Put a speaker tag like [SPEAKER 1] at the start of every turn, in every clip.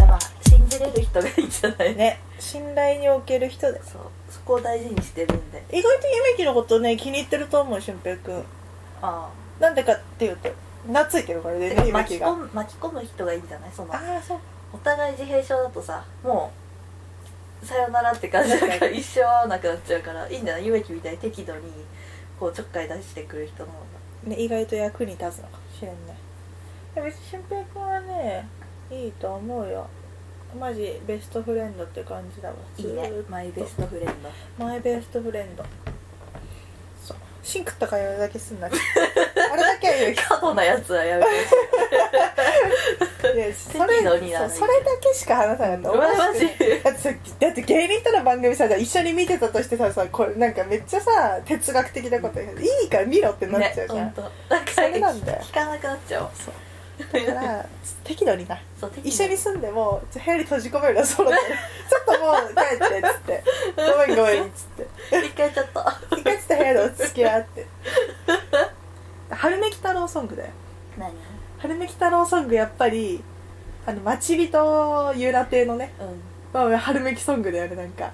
[SPEAKER 1] やば信じれる人がいいんじゃない
[SPEAKER 2] ね信頼における人だよ
[SPEAKER 1] そうそこを大事にしてるんで
[SPEAKER 2] 意外と夢樹のことね気に入ってると思う俊平くん
[SPEAKER 1] あ
[SPEAKER 2] なんでかっていうと懐いてるから
[SPEAKER 1] あ
[SPEAKER 2] ね
[SPEAKER 1] てか
[SPEAKER 2] 夢
[SPEAKER 1] 巻
[SPEAKER 2] 樹
[SPEAKER 1] き
[SPEAKER 2] が
[SPEAKER 1] 込む巻き込む人がいいんじゃないその
[SPEAKER 2] ああそう
[SPEAKER 1] お互い自閉症だとさもうさよならって感じだから一生会わなくなっちゃうからいいんじゃない夢樹みたいに適度にこうちょっかい出してくる人の方
[SPEAKER 2] ね、意外と役に立つのかもしれないいや別に俊平君はねいいと思うよマジベストフレンドって感じだわ
[SPEAKER 1] がいいね
[SPEAKER 2] ずーっと
[SPEAKER 1] マイベストフレンド
[SPEAKER 2] マイベストフレンドそうシンクったからあれだけすんなあれだけは言う
[SPEAKER 1] 過度なやつはやめてほしい
[SPEAKER 2] いやそれ
[SPEAKER 1] 適度になら
[SPEAKER 2] そうそれだけしか話さなかった
[SPEAKER 1] うわマジ
[SPEAKER 2] だってさだって芸人との番組さじゃあ一緒に見てたとしてささこれなんかめっちゃさ哲学的なこと言ういいから見ろってなっちゃうじゃ
[SPEAKER 1] ね
[SPEAKER 2] ん、
[SPEAKER 1] ほんとだか
[SPEAKER 2] そ
[SPEAKER 1] ら
[SPEAKER 2] れなんだよ
[SPEAKER 1] 聞かなくなっちゃう
[SPEAKER 2] そうだから適度にな
[SPEAKER 1] そう適度
[SPEAKER 2] 一緒に住んでもちょ部屋に閉じ込めるなそうだったら ちょっともう帰ってっつってごめんごめんっつって
[SPEAKER 1] 一回ちょっと
[SPEAKER 2] 一回ちょっと部屋で落ち着き合って春めき太郎ソングだよ
[SPEAKER 1] 何
[SPEAKER 2] 春めき太郎ソングやっぱりあの待ち人ゆら亭のね
[SPEAKER 1] うん
[SPEAKER 2] まあ春めきソングだよねなんか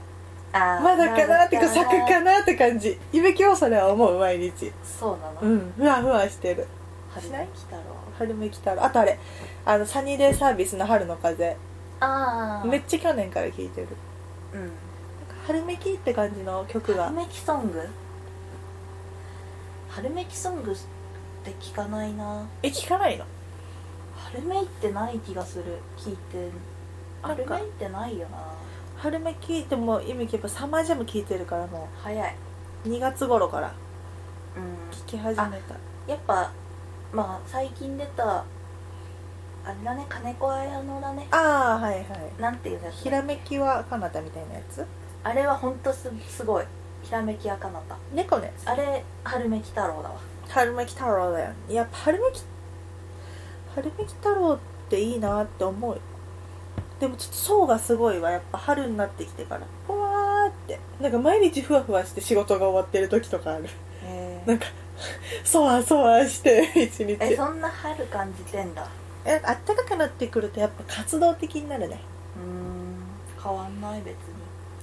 [SPEAKER 1] あー
[SPEAKER 2] まだかなってか
[SPEAKER 1] まだ
[SPEAKER 2] 咲くかなって感じ夢きょうそれは思う毎日
[SPEAKER 1] そうなの、
[SPEAKER 2] うんふわふわしてる
[SPEAKER 1] 春
[SPEAKER 2] し
[SPEAKER 1] め
[SPEAKER 2] ない
[SPEAKER 1] き太郎
[SPEAKER 2] 春めき太郎あとあれあのサニーデイサービスの春の風
[SPEAKER 1] ああ
[SPEAKER 2] めっちゃ去年から聴いてる
[SPEAKER 1] うん
[SPEAKER 2] なんか春めきって感じの曲が
[SPEAKER 1] 春めきソング春めきソングって聞かないな
[SPEAKER 2] え聞かないの
[SPEAKER 1] 春めいってない気がする聞いて
[SPEAKER 2] な
[SPEAKER 1] 春
[SPEAKER 2] んか
[SPEAKER 1] めいってないよな
[SPEAKER 2] 春めきってもう今やっぱサマージャム聴いてるからも
[SPEAKER 1] 早いう
[SPEAKER 2] 2月頃から
[SPEAKER 1] うん
[SPEAKER 2] 聴き始めた
[SPEAKER 1] やっぱまあ最近出たあれだね金子綾乃だね
[SPEAKER 2] ああーはいはい
[SPEAKER 1] なんていうんだっ
[SPEAKER 2] ひ
[SPEAKER 1] け
[SPEAKER 2] らめきは彼方みたいなやつ
[SPEAKER 1] あれはほんとすすごいひらめきやかなた
[SPEAKER 2] 猫のやつ
[SPEAKER 1] あれ春めき太郎だわ
[SPEAKER 2] 春めき太郎だよねやっぱ春めき春めき太郎っていいなって思うよでもちょっと層がすごいわやっぱ春になってきてからふわーってなんか毎日ふわふわして仕事が終わってる時とかある
[SPEAKER 1] へ
[SPEAKER 2] なんかそわそわして 一日
[SPEAKER 1] えそんな春感じてんだ
[SPEAKER 2] えあったかくなってくるとやっぱ活動的になるね
[SPEAKER 1] うーん変わんない別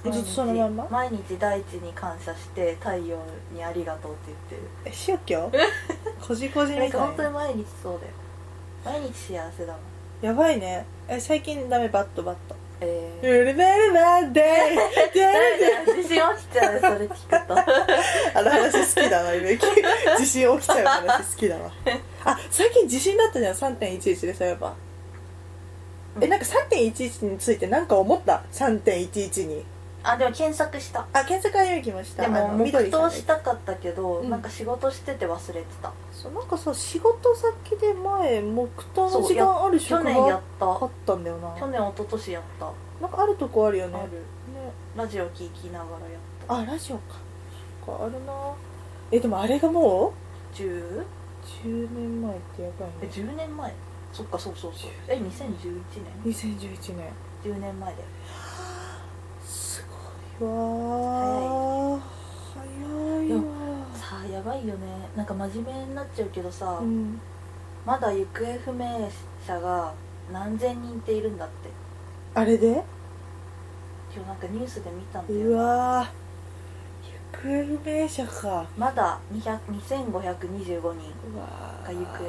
[SPEAKER 2] え
[SPEAKER 1] に
[SPEAKER 2] ずっとそのまんま
[SPEAKER 1] 毎日大地に感謝して太陽にありがとうって言っ
[SPEAKER 2] え宗 教こじこじ
[SPEAKER 1] て
[SPEAKER 2] み
[SPEAKER 1] る
[SPEAKER 2] た
[SPEAKER 1] なんか本
[SPEAKER 2] い
[SPEAKER 1] 当に
[SPEAKER 2] な
[SPEAKER 1] 毎日そうだよ毎日幸せだもん
[SPEAKER 2] やばいねえ最近ダメバットバット「
[SPEAKER 1] え
[SPEAKER 2] ウルベルバーデー」
[SPEAKER 1] ー、誰だよ自信落ちちゃうよそれ聞くと
[SPEAKER 2] あの話好きだ わ、ゆめき。地震起きちゃう話好きだわ。あ、最近地震だったじゃん、3.11で、そういえば。え、なんか3.11についてなんか思った、3.11に。
[SPEAKER 1] あでも検索した
[SPEAKER 2] あ、検索はゆめきました。
[SPEAKER 1] で
[SPEAKER 2] あ
[SPEAKER 1] も
[SPEAKER 2] の
[SPEAKER 1] 黙
[SPEAKER 2] 緑さん
[SPEAKER 1] 祷
[SPEAKER 2] で
[SPEAKER 1] したかったけど、
[SPEAKER 2] うん
[SPEAKER 1] なんか仕事してて忘れてた
[SPEAKER 2] そうなんかさ、仕事先で前、黙祷の時間ある
[SPEAKER 1] 去
[SPEAKER 2] 職
[SPEAKER 1] 年や
[SPEAKER 2] 場
[SPEAKER 1] っ
[SPEAKER 2] あ
[SPEAKER 1] た
[SPEAKER 2] ったんだよな。
[SPEAKER 1] 去年一昨年やったあ
[SPEAKER 2] なんかあるとこあるよね。ね
[SPEAKER 1] るラジオ聞きながらやった
[SPEAKER 2] あ、ラジオか。そっか、あるな。え、でもあれがもう
[SPEAKER 1] 10?
[SPEAKER 2] ?10 年前ってやばい
[SPEAKER 1] え
[SPEAKER 2] ね。
[SPEAKER 1] 10年前そっかそうそうそうえ2011年
[SPEAKER 2] 2011年。
[SPEAKER 1] 10年前だよ
[SPEAKER 2] すごいわー早い
[SPEAKER 1] で
[SPEAKER 2] わ
[SPEAKER 1] さあやばいよねなんか真面目になっちゃうけどさ、
[SPEAKER 2] ーうん
[SPEAKER 1] まだ行方不明者が何千人っているんだって
[SPEAKER 2] あれで
[SPEAKER 1] 今日なんかニュースで見たんだ
[SPEAKER 2] う
[SPEAKER 1] よ
[SPEAKER 2] わー行方不明者か
[SPEAKER 1] まだ200 2525人
[SPEAKER 2] うわ
[SPEAKER 1] が
[SPEAKER 2] ー
[SPEAKER 1] 行方不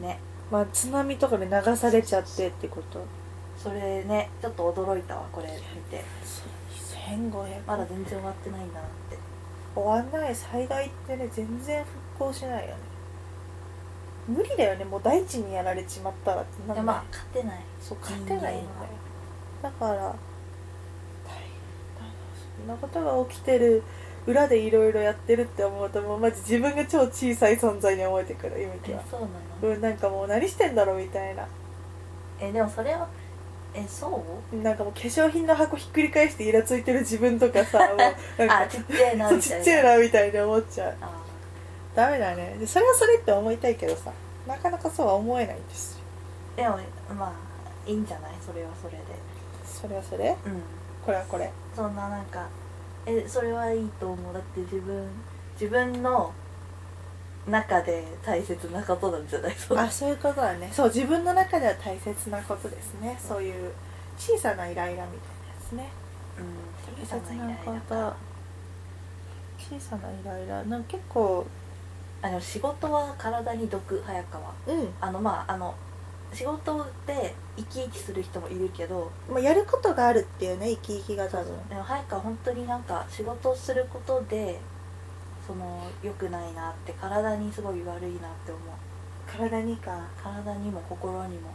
[SPEAKER 1] 明ね
[SPEAKER 2] まあ津波とかで流されちゃってってこと
[SPEAKER 1] それねちょっと驚いたわこれ見て
[SPEAKER 2] 1500
[SPEAKER 1] まだ全然終わってないんだなって
[SPEAKER 2] 終わんない災害ってね全然復興しないよね無理だよねもう大地にやられちまったらってなん
[SPEAKER 1] で
[SPEAKER 2] だ
[SPEAKER 1] まあ勝てない
[SPEAKER 2] そう勝てないんだよだから大変だなそんなことが起きてる裏でいろいろやってるって思うともうマジ自分が超小さい存在に思えてくるゆみき
[SPEAKER 1] え
[SPEAKER 2] は
[SPEAKER 1] そうなの
[SPEAKER 2] うんなんかもう何してんだろうみたいな
[SPEAKER 1] えでもそれはえそう
[SPEAKER 2] なんかもう化粧品の箱ひっくり返してイラついてる自分とかさ もうなん
[SPEAKER 1] あ
[SPEAKER 2] か
[SPEAKER 1] ちっちゃいな
[SPEAKER 2] そう
[SPEAKER 1] み
[SPEAKER 2] ち
[SPEAKER 1] たい
[SPEAKER 2] っ
[SPEAKER 1] な
[SPEAKER 2] ちゃいなみたいに思っちゃう
[SPEAKER 1] あ
[SPEAKER 2] ダメだねでそれはそれって思いたいけどさなかなかそうは思えないんですよ
[SPEAKER 1] でもまあいいんじゃないそれはそれで
[SPEAKER 2] それはそれ
[SPEAKER 1] うん
[SPEAKER 2] これはこれ
[SPEAKER 1] そんななんかえそれはいいと思うだって自分自分の中で大切なことなんじゃないそう
[SPEAKER 2] あそういうことだねそう自分の中では大切なことですねそういう小さなイライラみたいなやつね
[SPEAKER 1] うん
[SPEAKER 2] 大切なこ
[SPEAKER 1] イライ
[SPEAKER 2] と
[SPEAKER 1] ラ
[SPEAKER 2] 小さなイライラなんか結構
[SPEAKER 1] あの仕事は体に毒早川
[SPEAKER 2] うん、
[SPEAKER 1] あのまああの仕事で生き生きする人もいるけど
[SPEAKER 2] まあ、やることがあるっていうね生き生きが多分
[SPEAKER 1] でも早川本当になんか仕事をすることでその良くないなって体にすごい悪いなって思う
[SPEAKER 2] 体にか
[SPEAKER 1] 体にも心にも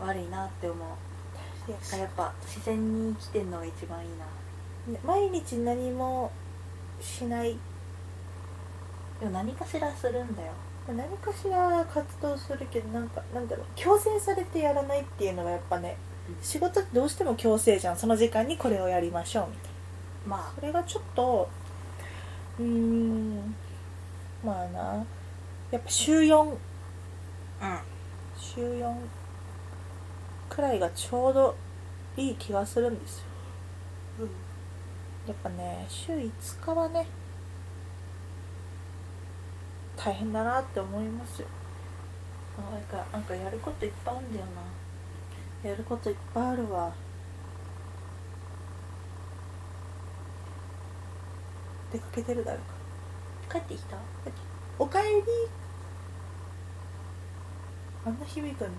[SPEAKER 1] 悪いなって思う
[SPEAKER 2] いや
[SPEAKER 1] あやっぱ自然に生きてんのが一番いいな
[SPEAKER 2] 毎日何もしない
[SPEAKER 1] でも何かしらするんだよ
[SPEAKER 2] 何かしら活動するけどなんかなんだろう強制されてやらないっていうのがやっぱね
[SPEAKER 1] うん
[SPEAKER 2] 仕事ってどうしても強制じゃんその時間にこれをやりましょうみたい
[SPEAKER 1] ま
[SPEAKER 2] なそれがちょっとうーんまあなやっぱ週4
[SPEAKER 1] あ
[SPEAKER 2] 週4くらいがちょうどいい気がするんですよ
[SPEAKER 1] うん、うん、
[SPEAKER 2] やっぱね週5日はね大変だなって思いますよ
[SPEAKER 1] なんかなんかやることいっぱいあるんだよな
[SPEAKER 2] やることいっぱいあるわ出かけてるだろうか
[SPEAKER 1] 帰ってきた
[SPEAKER 2] おかえりあんな響くんだね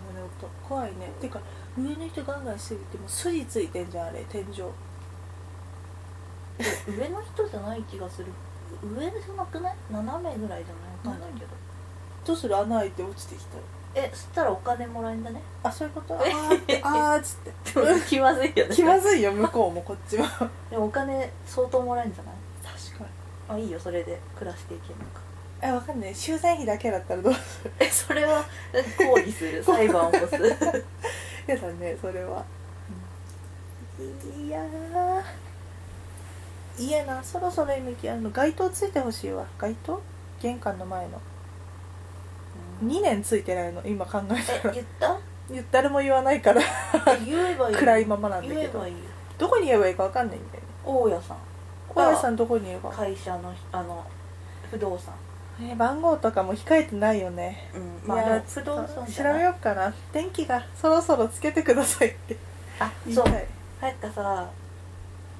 [SPEAKER 2] 音怖いねてか上の人ガンガンしすぎてもう筋ついてんじゃんあれ天井
[SPEAKER 1] 上の人じゃない気がする上じゃなくない斜めぐらいじゃないわかんないけど
[SPEAKER 2] どうする穴開いて落ちてきたら
[SPEAKER 1] えそしたらお金もらえんだね
[SPEAKER 2] あそういう ことあーってあーっつって
[SPEAKER 1] 気まずいよね
[SPEAKER 2] 気まずいよ向こうもこっちも確か
[SPEAKER 1] でもお金相当もらえるんじゃない
[SPEAKER 2] に
[SPEAKER 1] あいいよそれで暮らしていけるのか
[SPEAKER 2] えわかんない修繕費だけだったらどう
[SPEAKER 1] えそれは抗議す る裁判を起こす
[SPEAKER 2] やだねそれは、いやーいやなそろそろ今きあの街灯ついてほしいわ街灯玄関の前の
[SPEAKER 1] うん
[SPEAKER 2] 2年ついてないの今考えた
[SPEAKER 1] え
[SPEAKER 2] ら
[SPEAKER 1] 言った
[SPEAKER 2] 言誰も言わないから
[SPEAKER 1] え言えばいい
[SPEAKER 2] 暗いままなんだ
[SPEAKER 1] 言
[SPEAKER 2] け
[SPEAKER 1] え
[SPEAKER 2] ど
[SPEAKER 1] ばいいよ
[SPEAKER 2] どこに言えばいいかわかんないんだよね
[SPEAKER 1] 大家さん
[SPEAKER 2] 小林さんどこに言えば、
[SPEAKER 1] 会社のあの不動産
[SPEAKER 2] え番号とかも控えてないよね
[SPEAKER 1] うん
[SPEAKER 2] い
[SPEAKER 1] まあ
[SPEAKER 2] や
[SPEAKER 1] でも不動産じ
[SPEAKER 2] 調
[SPEAKER 1] ゃない
[SPEAKER 2] べようかな電気がそろそろつけてくださいって
[SPEAKER 1] あ
[SPEAKER 2] 言い
[SPEAKER 1] そう
[SPEAKER 2] たい
[SPEAKER 1] なんかさ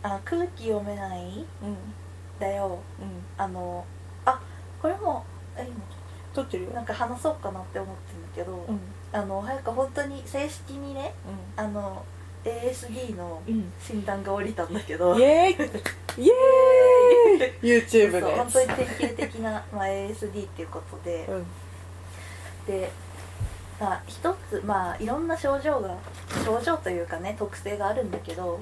[SPEAKER 1] あ空気読めないん
[SPEAKER 2] うんうん
[SPEAKER 1] だよあのあこれもえ
[SPEAKER 2] 撮ってる
[SPEAKER 1] 今
[SPEAKER 2] よ
[SPEAKER 1] なんか話そうかなって思ってるんだけど、
[SPEAKER 2] うん
[SPEAKER 1] あの早く本当に正式にねあの ASD の
[SPEAKER 2] うんうん
[SPEAKER 1] 診断が降りたんだけど
[SPEAKER 2] イエーイイエーイ YouTube
[SPEAKER 1] そう
[SPEAKER 2] のや
[SPEAKER 1] 本
[SPEAKER 2] つ
[SPEAKER 1] 当に典型的な、まあ、ASD っていうことで
[SPEAKER 2] うん
[SPEAKER 1] で、まあ、一つまあいろんな症状が症状というかね特性があるんだけど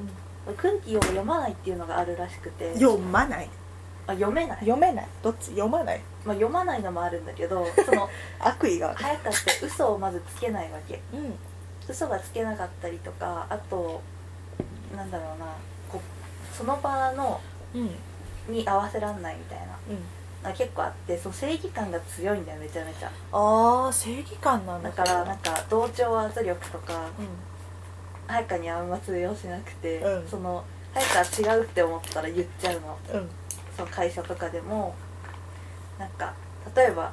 [SPEAKER 1] 空気を読まないっていうのがあるらしくて
[SPEAKER 2] 読まない
[SPEAKER 1] あ読めない、
[SPEAKER 2] 読めないどっち読まない
[SPEAKER 1] まあ、読まないのもあるんだけ どその
[SPEAKER 2] 悪意がある
[SPEAKER 1] 早かって嘘をまずつけないわけ
[SPEAKER 2] うん
[SPEAKER 1] 嘘がつけなかったりとかあとなんだろうなこうその場の
[SPEAKER 2] うん
[SPEAKER 1] に合わせらんないみたいな
[SPEAKER 2] うん
[SPEAKER 1] あ結構あってその正義感が強いんだよめちゃめちゃ
[SPEAKER 2] ああ正義感なん
[SPEAKER 1] だ
[SPEAKER 2] だ
[SPEAKER 1] からなんか同調圧力とか
[SPEAKER 2] う
[SPEAKER 1] 早川にあんま通用しなくて、
[SPEAKER 2] うん
[SPEAKER 1] その早川違うって思ったら言っちゃうの
[SPEAKER 2] んうん
[SPEAKER 1] その会社とかでもなんか例えば、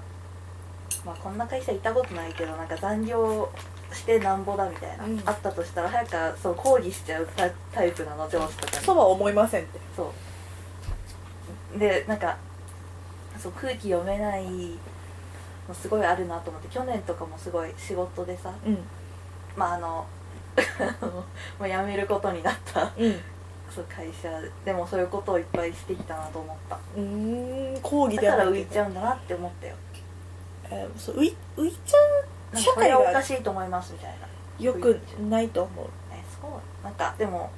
[SPEAKER 1] まあ、こんな会社いたことないけどなんか残業してなんぼだみたいな、
[SPEAKER 2] うん
[SPEAKER 1] あったとしたら早川そう抗議しちゃうタタイプなの上司とかに
[SPEAKER 2] そうは思いませんって
[SPEAKER 1] そうでなんかそう空気読めないのすごいあるなと思って去年とかもすごい仕事でさ
[SPEAKER 2] うん
[SPEAKER 1] まああの もう辞めることになった
[SPEAKER 2] うん
[SPEAKER 1] そう会社でもそういうことをいっぱいしてきたなと思った
[SPEAKER 2] うーん抗議
[SPEAKER 1] だ
[SPEAKER 2] で
[SPEAKER 1] か
[SPEAKER 2] は
[SPEAKER 1] ら
[SPEAKER 2] な
[SPEAKER 1] 浮
[SPEAKER 2] い
[SPEAKER 1] いちゃうんだなって思ったよ
[SPEAKER 2] えーそう浮い浮いちゃ
[SPEAKER 1] なん
[SPEAKER 2] 社
[SPEAKER 1] かこれ
[SPEAKER 2] 会が
[SPEAKER 1] はおかしいと思いますみたいな
[SPEAKER 2] うよくないと思う
[SPEAKER 1] えそうなんかでも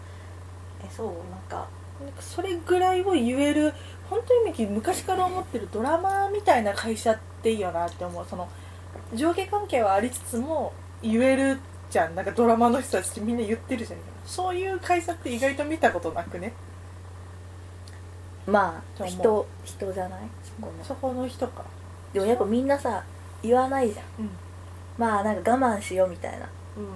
[SPEAKER 1] えそうなんか
[SPEAKER 2] なんかそれぐらいを言える本当にミキ昔から思ってるドラマーみたいな会社っていいよなって思うその上下関係はありつつも言えるじゃんなんかドラマの人たちってみんな言ってるじゃんそういう会社って意外と見たことなくね
[SPEAKER 1] ま
[SPEAKER 2] と思う
[SPEAKER 1] 人じゃないこの
[SPEAKER 2] そこの人か
[SPEAKER 1] でもやっぱみんなさ言わないじゃん
[SPEAKER 2] うん
[SPEAKER 1] まあなんか我慢しようみたいな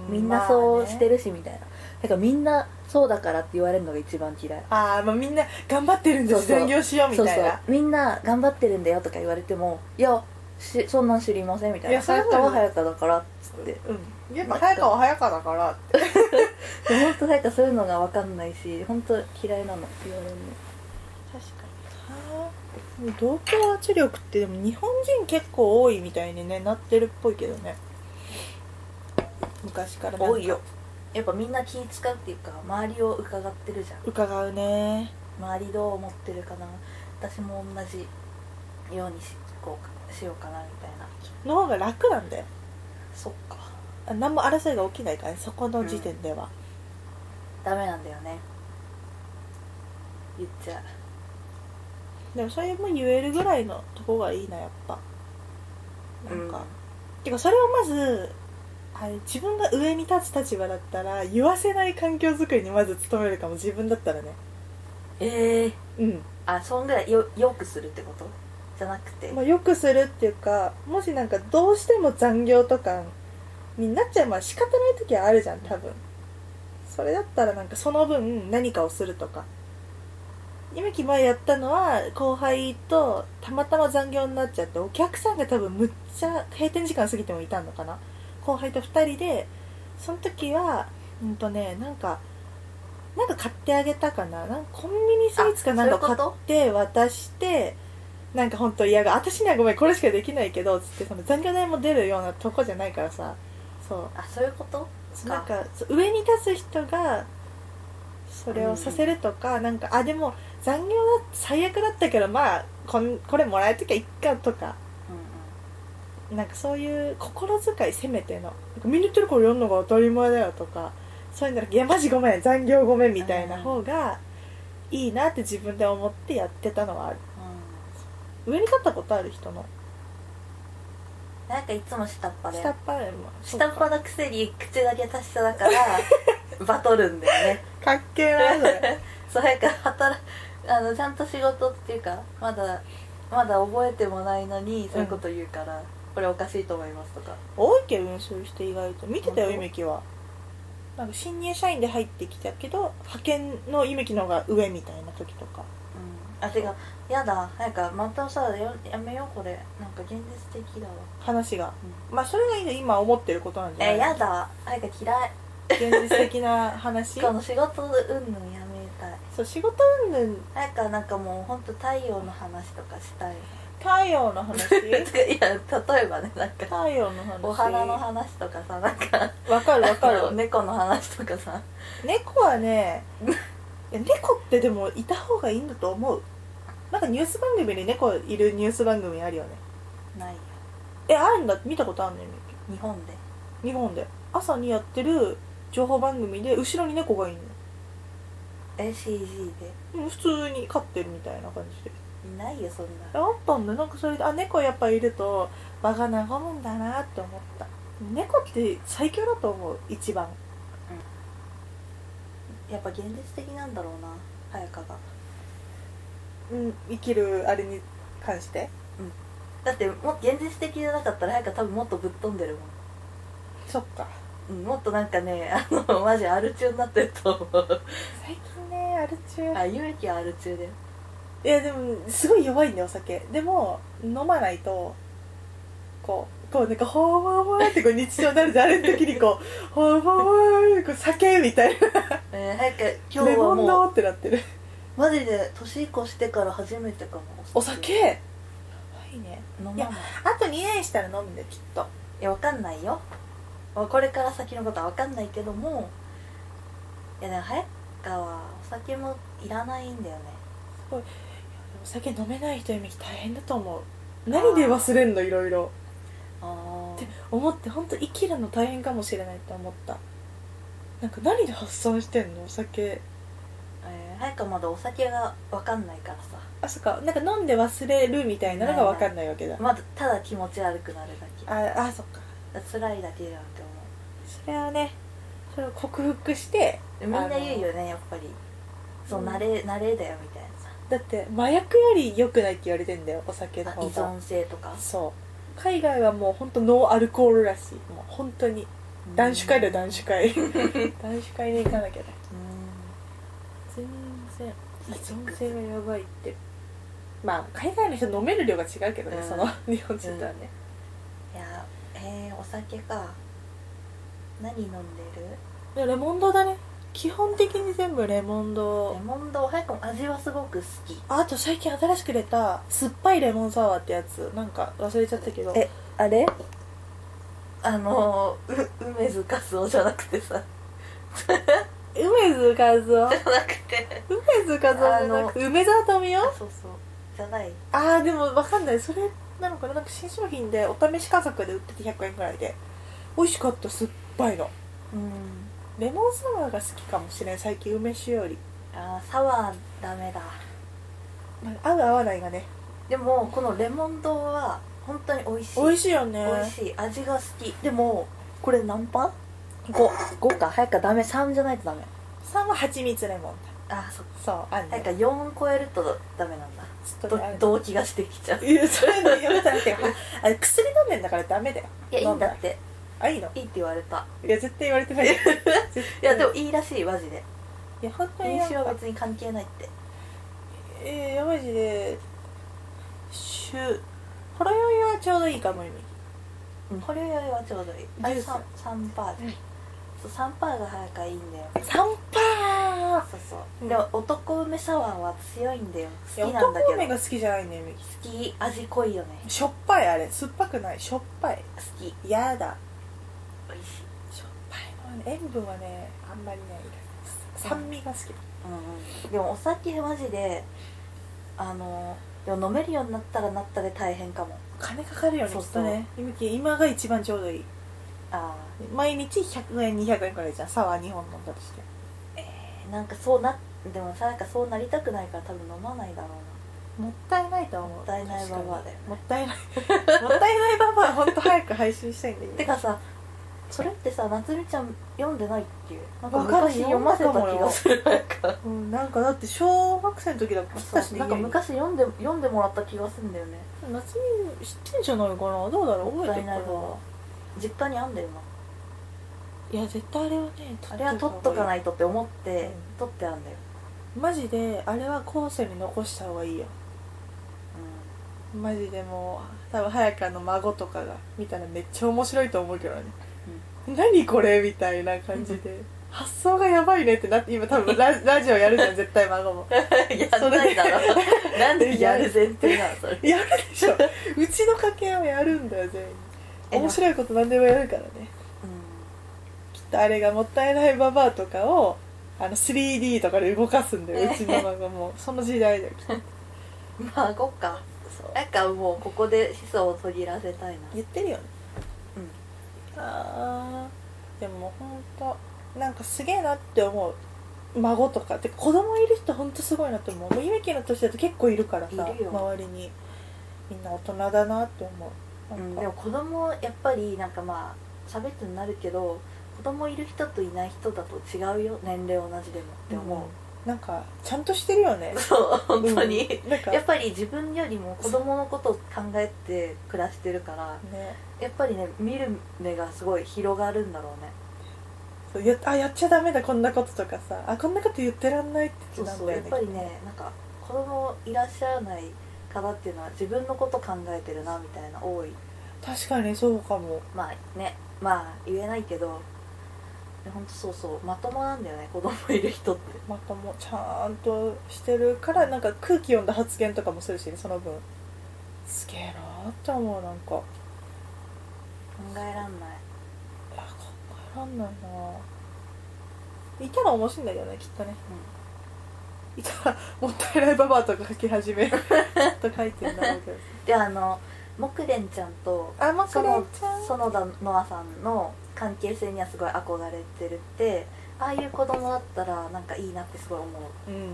[SPEAKER 1] みんなそうして
[SPEAKER 2] る、
[SPEAKER 1] るしみたいな、だからみんなそうだからって言われるのが一番嫌い
[SPEAKER 2] まあね、あー、まあみんな頑張ってるんで
[SPEAKER 1] そうそう
[SPEAKER 2] 専業しようみた
[SPEAKER 1] そ
[SPEAKER 2] いうな
[SPEAKER 1] そうみんな頑張ってるんだよとか言われてもいやしそんなん知りませんみたいな
[SPEAKER 2] いやそうい
[SPEAKER 1] 早
[SPEAKER 2] うの
[SPEAKER 1] 川は早川だからっつって
[SPEAKER 2] うんやっぱ早川は早川だからって
[SPEAKER 1] でも本当なんかそういうのが分かんないし本当嫌いなの言われるの
[SPEAKER 2] 確かにな同調圧力ってでも日本人結構多いみたいにねなってるっぽいけどね昔からなんか
[SPEAKER 1] よやっぱみんな気使うっていうか周りを伺ってるじゃん
[SPEAKER 2] 伺うね
[SPEAKER 1] 周りどう思ってるかな私も同じようにしこうかしようかなみたいな
[SPEAKER 2] の方が楽なんだよ
[SPEAKER 1] そっか
[SPEAKER 2] あ何も争いが起きないからねそこの時点では、
[SPEAKER 1] ダメなんだよね言っちゃう
[SPEAKER 2] でもそれも言えるぐらいのとこがいいなやっぱなんか、
[SPEAKER 1] うん
[SPEAKER 2] てかそれをまずあれ自分が上に立つ立場だったら言わせない環境づくりにまず努めるかも自分だったらね
[SPEAKER 1] ええー、
[SPEAKER 2] うん
[SPEAKER 1] あそんぐらいよよくするってことじゃなくて、
[SPEAKER 2] まあ、よくするっていうかもしなんかどうしても残業とかになっちゃうまあ仕方ない時はあるじゃん多分それだったらなんかその分何かをするとか今木前やったのは後輩とたまたま残業になっちゃってお客さんが多分むっちゃ閉店時間過ぎてもいたのかな後輩と2人でその時はうんとねなんかなんか買ってあげたかななんかコンビニスイーツかなんかを
[SPEAKER 1] あそうい
[SPEAKER 2] 買
[SPEAKER 1] うこと
[SPEAKER 2] って渡してなんか本当嫌が私にはごめんこれしかできないけどつってその残業代も出るようなとこじゃないからさそう
[SPEAKER 1] あそういうことか
[SPEAKER 2] なんかそう上に立つ人がそれをさせるとか、なんかあでも残業だ最悪だったけどまあこんこれもらえときゃいっかとか
[SPEAKER 1] うんうん
[SPEAKER 2] なんかそういう心遣いせめてのなんか見に行ってるからやるのが当たり前だよとかそういうのいやマジごめん残業ごめんみたいな方がいいなって自分で思ってやってたのはある
[SPEAKER 1] う
[SPEAKER 2] 上に立ったことある人の
[SPEAKER 1] んなんかいつも下っ端で
[SPEAKER 2] 下っ端でも
[SPEAKER 1] 下っ端なくせに口だけ達者だからバトるんだよね
[SPEAKER 2] かっけえなそれ
[SPEAKER 1] そうやから働あのちゃんと仕事っていうかまだまだ覚えてもないのにそういうこと言うから、これおかしいと思いますとか
[SPEAKER 2] 多いけどねそういう人意外と見てたよ
[SPEAKER 1] 本当
[SPEAKER 2] ゆきはなんか新入社員で入ってきたけど派遣のゆきの方が上みたいな時とか
[SPEAKER 1] うんあてかやだなんかまたさややめようこれなんか現実的だわ
[SPEAKER 2] 話が、まあそれが今思ってることなんじゃない
[SPEAKER 1] えやだなんか嫌い
[SPEAKER 2] 現実的な 話
[SPEAKER 1] この仕事うんぬんやめたい
[SPEAKER 2] そう仕事云々
[SPEAKER 1] なんかなんかもうほんと太陽の話とかしたい
[SPEAKER 2] 太陽 の話
[SPEAKER 1] いや例えばねなんか
[SPEAKER 2] 太陽の話
[SPEAKER 1] お花の話とかさなんか
[SPEAKER 2] わかるわか
[SPEAKER 1] あの
[SPEAKER 2] る
[SPEAKER 1] 猫の話とかさ
[SPEAKER 2] 猫はね いや猫ってでもいた方がいいんだと思うなんかニュース番組で猫いるニュース番組あるよね
[SPEAKER 1] ないよ
[SPEAKER 2] えあるんだ見たことあるのゆみき
[SPEAKER 1] 日本で
[SPEAKER 2] 日本で朝にやってる情報番組で後ろに猫がいる
[SPEAKER 1] え CG で
[SPEAKER 2] のうん普通に飼ってるみたいな感じで
[SPEAKER 1] いないよそん
[SPEAKER 2] あ
[SPEAKER 1] な
[SPEAKER 2] ったんだなんかそれであ猫やっぱいると場が和むんだなって思った猫って最強だと思う一番
[SPEAKER 1] やっぱ現実的なんだろうな早川が
[SPEAKER 2] うん生きるあれに関して
[SPEAKER 1] だってもっと現実的じゃなかったら早川多分もっとぶっ飛んでるもん
[SPEAKER 2] そっか
[SPEAKER 1] うん、もっとなんかねあの マジアル中になってると思う
[SPEAKER 2] 最近ねアル中
[SPEAKER 1] あゆめきはアル中で
[SPEAKER 2] いやでもすごい弱いんだよお酒でも飲まないとこうこうなんかほわわわってこう日常になるじゃんあれの時にこう ほわわわってこう酒みたいな
[SPEAKER 1] えー、早く今
[SPEAKER 2] レ
[SPEAKER 1] 日
[SPEAKER 2] モ
[SPEAKER 1] は
[SPEAKER 2] ン
[SPEAKER 1] もう
[SPEAKER 2] のってなってる
[SPEAKER 1] マジで年越してから初めてかも
[SPEAKER 2] お酒やばいね
[SPEAKER 1] 飲ま
[SPEAKER 2] い
[SPEAKER 1] ない
[SPEAKER 2] やあと2年したら飲むんだよきっと
[SPEAKER 1] いやわかんないよまあこれから先のことはわかんないけどもいやでも早川はお酒もいらないんだよね
[SPEAKER 2] お酒飲めない人ゆみき大変だと思う何で忘れんのいろいろ
[SPEAKER 1] あ
[SPEAKER 2] って思って本当生きるの大変かもしれないって思ったなんか何で発散してんのお酒
[SPEAKER 1] えー、早川まだお酒がわかんないからさ
[SPEAKER 2] あそっかなんか飲んで忘れるみたいなのが分かんないわけだ
[SPEAKER 1] まだただ気持ち悪くなるだけ
[SPEAKER 2] ああそっか
[SPEAKER 1] 辛いだけだって思
[SPEAKER 2] それはねそれを克服して
[SPEAKER 1] うでみんな言うよねやっぱりそう、
[SPEAKER 2] うん
[SPEAKER 1] 慣れ慣れだよみたいなさ
[SPEAKER 2] だって麻薬より良くないって言われてんだよお酒の
[SPEAKER 1] あ依
[SPEAKER 2] 方が
[SPEAKER 1] 存性とか
[SPEAKER 2] そう海外はもう本当ノンアルコールらしいもう本当に男子会だよ男子 会男子会に行かなきゃだ全然依存性がやばいってまあ海外の人飲める量が違うけどね、
[SPEAKER 1] うん
[SPEAKER 2] その日本人とはね、
[SPEAKER 1] いやえー、お酒か何飲んでる
[SPEAKER 2] いやレモンドだね基本的に全部レモンド
[SPEAKER 1] レモンド早くも味はすごく好き
[SPEAKER 2] あと最近新しく出た酸っぱいレモンサワーってやつなんか忘れちゃったけど
[SPEAKER 1] えあれあのー、う梅津和夫じゃなくてさ
[SPEAKER 2] 梅津和夫
[SPEAKER 1] じゃなくて
[SPEAKER 2] 梅津和夫じゃなく梅沢富美男
[SPEAKER 1] そうそうじゃない
[SPEAKER 2] あーでもわかんないそれなのかななんか新商品でお試し価格で売ってて100円くらいで美味しかった酸っぱいの
[SPEAKER 1] うん
[SPEAKER 2] レモンサワーが好きかもしれん最近梅酒より、
[SPEAKER 1] あーサワーダメだ
[SPEAKER 2] まあ合う合わないがね
[SPEAKER 1] でもこのレモン丼は本当に美味しい
[SPEAKER 2] 美味しいよね
[SPEAKER 1] 美味しい味が好きでもこれ何パン ?5 五か早くダメ3じゃないとダメ
[SPEAKER 2] 3は蜂蜜レモン
[SPEAKER 1] あそっか
[SPEAKER 2] そうあん
[SPEAKER 1] 早
[SPEAKER 2] ね
[SPEAKER 1] く4超えるとダメなんだ
[SPEAKER 2] ちょっとねあ
[SPEAKER 1] ど
[SPEAKER 2] る
[SPEAKER 1] 動悸がしてきちゃう
[SPEAKER 2] いやそれのやめたらってあれ薬飲んでんだからダメだよ
[SPEAKER 1] いやいいんだって
[SPEAKER 2] あいいの
[SPEAKER 1] いいって言われた
[SPEAKER 2] いや絶対言わ れてない絶対
[SPEAKER 1] いやでもいいらしいマジで
[SPEAKER 2] いや本当に
[SPEAKER 1] 飲
[SPEAKER 2] なん
[SPEAKER 1] 酒は
[SPEAKER 2] か
[SPEAKER 1] 別に関係ないって
[SPEAKER 2] えー、マジで週ほろ酔いはちょうどいいかも意味
[SPEAKER 1] これよりはちょうどいいあ
[SPEAKER 2] ジュー
[SPEAKER 1] れ
[SPEAKER 2] ス
[SPEAKER 1] 3, 3パーで、
[SPEAKER 2] うん
[SPEAKER 1] そう3パーが早くはいいんだよ
[SPEAKER 2] 3パ
[SPEAKER 1] そうそうでも男梅サワーは強いんだよ
[SPEAKER 2] ーい
[SPEAKER 1] 好
[SPEAKER 2] や
[SPEAKER 1] きなんだ
[SPEAKER 2] 男
[SPEAKER 1] け
[SPEAKER 2] 梅
[SPEAKER 1] ど
[SPEAKER 2] が好きじゃないねみき
[SPEAKER 1] 好き味濃いよね
[SPEAKER 2] しょっぱいあれ酸っぱくないしょっぱい
[SPEAKER 1] 好き
[SPEAKER 2] やだ
[SPEAKER 1] 美味しい
[SPEAKER 2] しょっぱいのはね塩分はねあんまりない酸味が好き
[SPEAKER 1] うんでもお酒マジであのでも飲めるようになったらなったで大変かも
[SPEAKER 2] 金かかるよね
[SPEAKER 1] そう
[SPEAKER 2] きっ
[SPEAKER 1] そ
[SPEAKER 2] と
[SPEAKER 1] う
[SPEAKER 2] ねみき今が一番ちょうどいい
[SPEAKER 1] あ
[SPEAKER 2] 毎日100円200円くらいじゃんサワー2本飲んだとして
[SPEAKER 1] あなんかそうなでもさなんかそうなりたくないから多分飲まないだろう
[SPEAKER 2] もったいないと思う
[SPEAKER 1] もったいないババアだよね
[SPEAKER 2] もったいないもったいないババアほんと早く配信したいんだよ
[SPEAKER 1] な
[SPEAKER 2] ね
[SPEAKER 1] てかさそれってさ夏美ちゃん読んでないっていうなんか
[SPEAKER 2] わかる
[SPEAKER 1] 昔読ませた気がするなんか
[SPEAKER 2] うん、なんかだって小学生の時だっ
[SPEAKER 1] そ
[SPEAKER 2] たし
[SPEAKER 1] うなんか昔読んで読んでもらった気がするんだよね
[SPEAKER 2] 夏美知ってんじゃないかなどうだろう
[SPEAKER 1] もっ
[SPEAKER 2] 覚え
[SPEAKER 1] た
[SPEAKER 2] て
[SPEAKER 1] い
[SPEAKER 2] るか
[SPEAKER 1] ない
[SPEAKER 2] な
[SPEAKER 1] ババア実家にあんだよない
[SPEAKER 2] や絶対あれはね
[SPEAKER 1] あれは取っとか
[SPEAKER 2] い
[SPEAKER 1] ないとって思って、
[SPEAKER 2] うん
[SPEAKER 1] 取ってあんだよ、
[SPEAKER 2] マジであれは後世に残した方がいいよマジでもう多分早川の孫とかが見たらめっちゃ面白いと思うけどね、何これみたいな感じで発想がやばいねってなって今多分ララジオ やるじゃん絶対孫
[SPEAKER 1] う
[SPEAKER 2] も
[SPEAKER 1] ん、 やんないだろなんでやる前提なの それ
[SPEAKER 2] やるでしょうちの家系はやるんだよ全
[SPEAKER 1] え
[SPEAKER 2] 員面白いこと何でもやるからね
[SPEAKER 1] う
[SPEAKER 2] きっとあれが「もったいないババア」とかをあの 3D とかで動かすんだようちの孫もその時代だよきっと
[SPEAKER 1] ん孫かなんかもうここで思想を途切らせたいな
[SPEAKER 2] 言ってるよね
[SPEAKER 1] うん
[SPEAKER 2] あーでも本当なんかすげえなって思う孫とかで子供いる人本当すごいなって思うもうゆめきの年だと結構いるからさ
[SPEAKER 1] いるよ
[SPEAKER 2] 周りにみんな大人だなって思う
[SPEAKER 1] う
[SPEAKER 2] なん
[SPEAKER 1] ん、
[SPEAKER 2] か、
[SPEAKER 1] でも子供やっぱりなんかまあ差別になるけど子供いる人といない人だと違うよ年齢同じでもって思
[SPEAKER 2] うんなんかちゃんとしてるよね
[SPEAKER 1] う、そう 本当に、
[SPEAKER 2] うんなんか
[SPEAKER 1] やっぱり自分よりも子供のことを考えて暮らしてるから
[SPEAKER 2] ね
[SPEAKER 1] やっぱりね見る目がすごい広がるんだろうね
[SPEAKER 2] そうやあやっちゃダメだこんなこととかさあこんなこと言ってらんないって
[SPEAKER 1] そう
[SPEAKER 2] な
[SPEAKER 1] そ
[SPEAKER 2] ん
[SPEAKER 1] う
[SPEAKER 2] だ
[SPEAKER 1] や
[SPEAKER 2] よ
[SPEAKER 1] っ
[SPEAKER 2] ね
[SPEAKER 1] ぱりねなんか子供いらっしゃらない方っていうのは自分のこと考えてるなみたいな多い
[SPEAKER 2] 確かにそうかも
[SPEAKER 1] まあねまあ言えないけどほんとそうそうまともなんだよね子供いる人って
[SPEAKER 2] またもうちゃんとしてるからなんか空気読んだ発言とかもするし、ね、その分すげえなって思うなんか
[SPEAKER 1] 考えらんない
[SPEAKER 2] いや考えらんないないたら面白いんだけどねきっとね、いたら「もったいないババア」とか書き始める と書いてんだろうけど
[SPEAKER 1] であの木蓮ちゃんと
[SPEAKER 2] あまあそれ
[SPEAKER 1] 園
[SPEAKER 2] ちゃん
[SPEAKER 1] 園田ノアさんの関係性にはすごい憧れてるってああいう子供だったらなんかいいなってすごい思う、
[SPEAKER 2] うん
[SPEAKER 1] うん、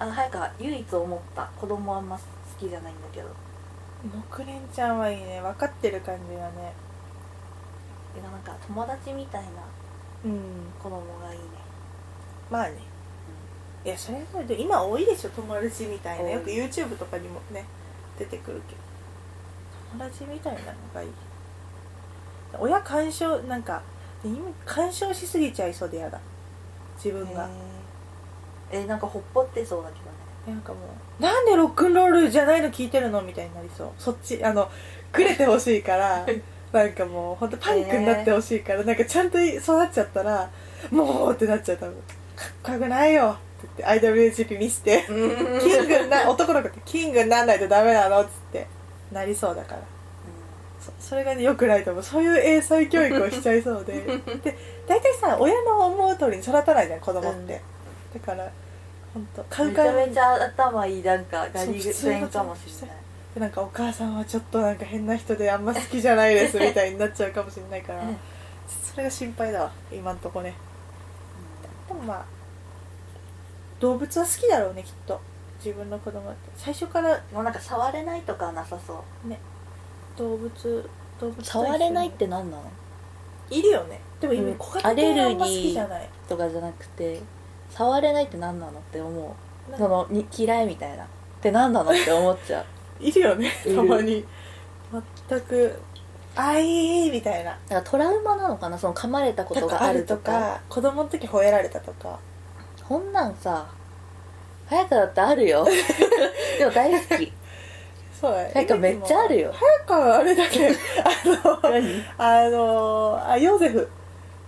[SPEAKER 1] あ早川唯一思った子供あんま好きじゃないんだけど
[SPEAKER 2] 木蓮ちゃんはいいね分かってる感じがね
[SPEAKER 1] でなんか友達みたいな
[SPEAKER 2] うん
[SPEAKER 1] 子供がいいね
[SPEAKER 2] まあねいやそれはそれで今多いでしょ友達みたいなよく YouTube とかにもね出てくるけど友達みたいなのがいい親干渉なんかで今干渉しすぎちゃいそうでやだ自分が、
[SPEAKER 1] えーなんかほっぽってそうだけどね
[SPEAKER 2] なんかもうなんでロックンロールじゃないの聞いてるのみたいになりそうそっちあのくれてほしいからなんかもう本当パニックになってほしいから、なんかちゃんと育っちゃったらもうってなっちゃう多分かっこよくないよって言って IWGP 見せて
[SPEAKER 1] うん
[SPEAKER 2] キングにな男の子ってキングになんないとダメなのっつってなりそうだからそそれがねよくないと思うそういう英才教育をしちゃい そうでで大体さ親の思う通りに育たないじゃん子供って、
[SPEAKER 1] うん
[SPEAKER 2] だから本当カ
[SPEAKER 1] め
[SPEAKER 2] ウ
[SPEAKER 1] ち
[SPEAKER 2] カ
[SPEAKER 1] ゃ
[SPEAKER 2] ウ
[SPEAKER 1] めちゃ頭いいなんかガリ
[SPEAKER 2] そう
[SPEAKER 1] 勉かもしれない
[SPEAKER 2] でなんかお母さんはちょっとなんか変な人であんま好きじゃないですみたいになっちゃうかもしれないから
[SPEAKER 1] うん
[SPEAKER 2] それが心配だわ今んとこねでもまあ動物は好きだろうねきっと自分の子供だって最初から
[SPEAKER 1] もうなんか触れないとかはなさそう
[SPEAKER 2] 動物動物と一緒に
[SPEAKER 3] 触れないって何なの
[SPEAKER 2] いるよねでも今
[SPEAKER 3] うん
[SPEAKER 2] 小型犬あんま好きじゃない
[SPEAKER 3] とかじゃなくて触れないって何なのって思う
[SPEAKER 2] なんか
[SPEAKER 3] そのに嫌いみたいなって何なのって思っち ゃう
[SPEAKER 2] いるよね
[SPEAKER 3] いる
[SPEAKER 2] たまに全く「あい」みたいな
[SPEAKER 3] だからトラウマなのかなその噛まれたことがあるとか
[SPEAKER 2] 子供の時吠えられたとか
[SPEAKER 3] こんなんさ早川だってあ るよでも大好き
[SPEAKER 2] そうだね
[SPEAKER 3] 早川めっちゃあるよ
[SPEAKER 2] なんかあれ だけあの
[SPEAKER 3] 何
[SPEAKER 2] あのあヨーゼフ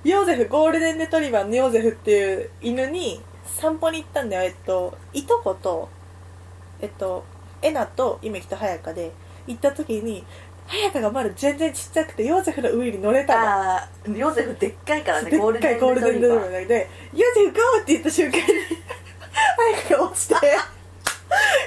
[SPEAKER 2] ヨーゼフゴールデンレトリバーのヨーゼフっていう犬に散歩に行ったんだよえっといとことえっとエナと夢木と早香で行った時に早香がまだ全然ちっちゃくてヨーゼフの上に乗れたの
[SPEAKER 1] ああーヨゼフでっかいからね
[SPEAKER 2] で
[SPEAKER 1] ゴール
[SPEAKER 2] っか
[SPEAKER 1] デ
[SPEAKER 2] い
[SPEAKER 1] ン
[SPEAKER 2] ゴールデンレトリバ
[SPEAKER 1] ー
[SPEAKER 2] ーで「ヨーゼフゴー!」って言った瞬間 に早香が落ちて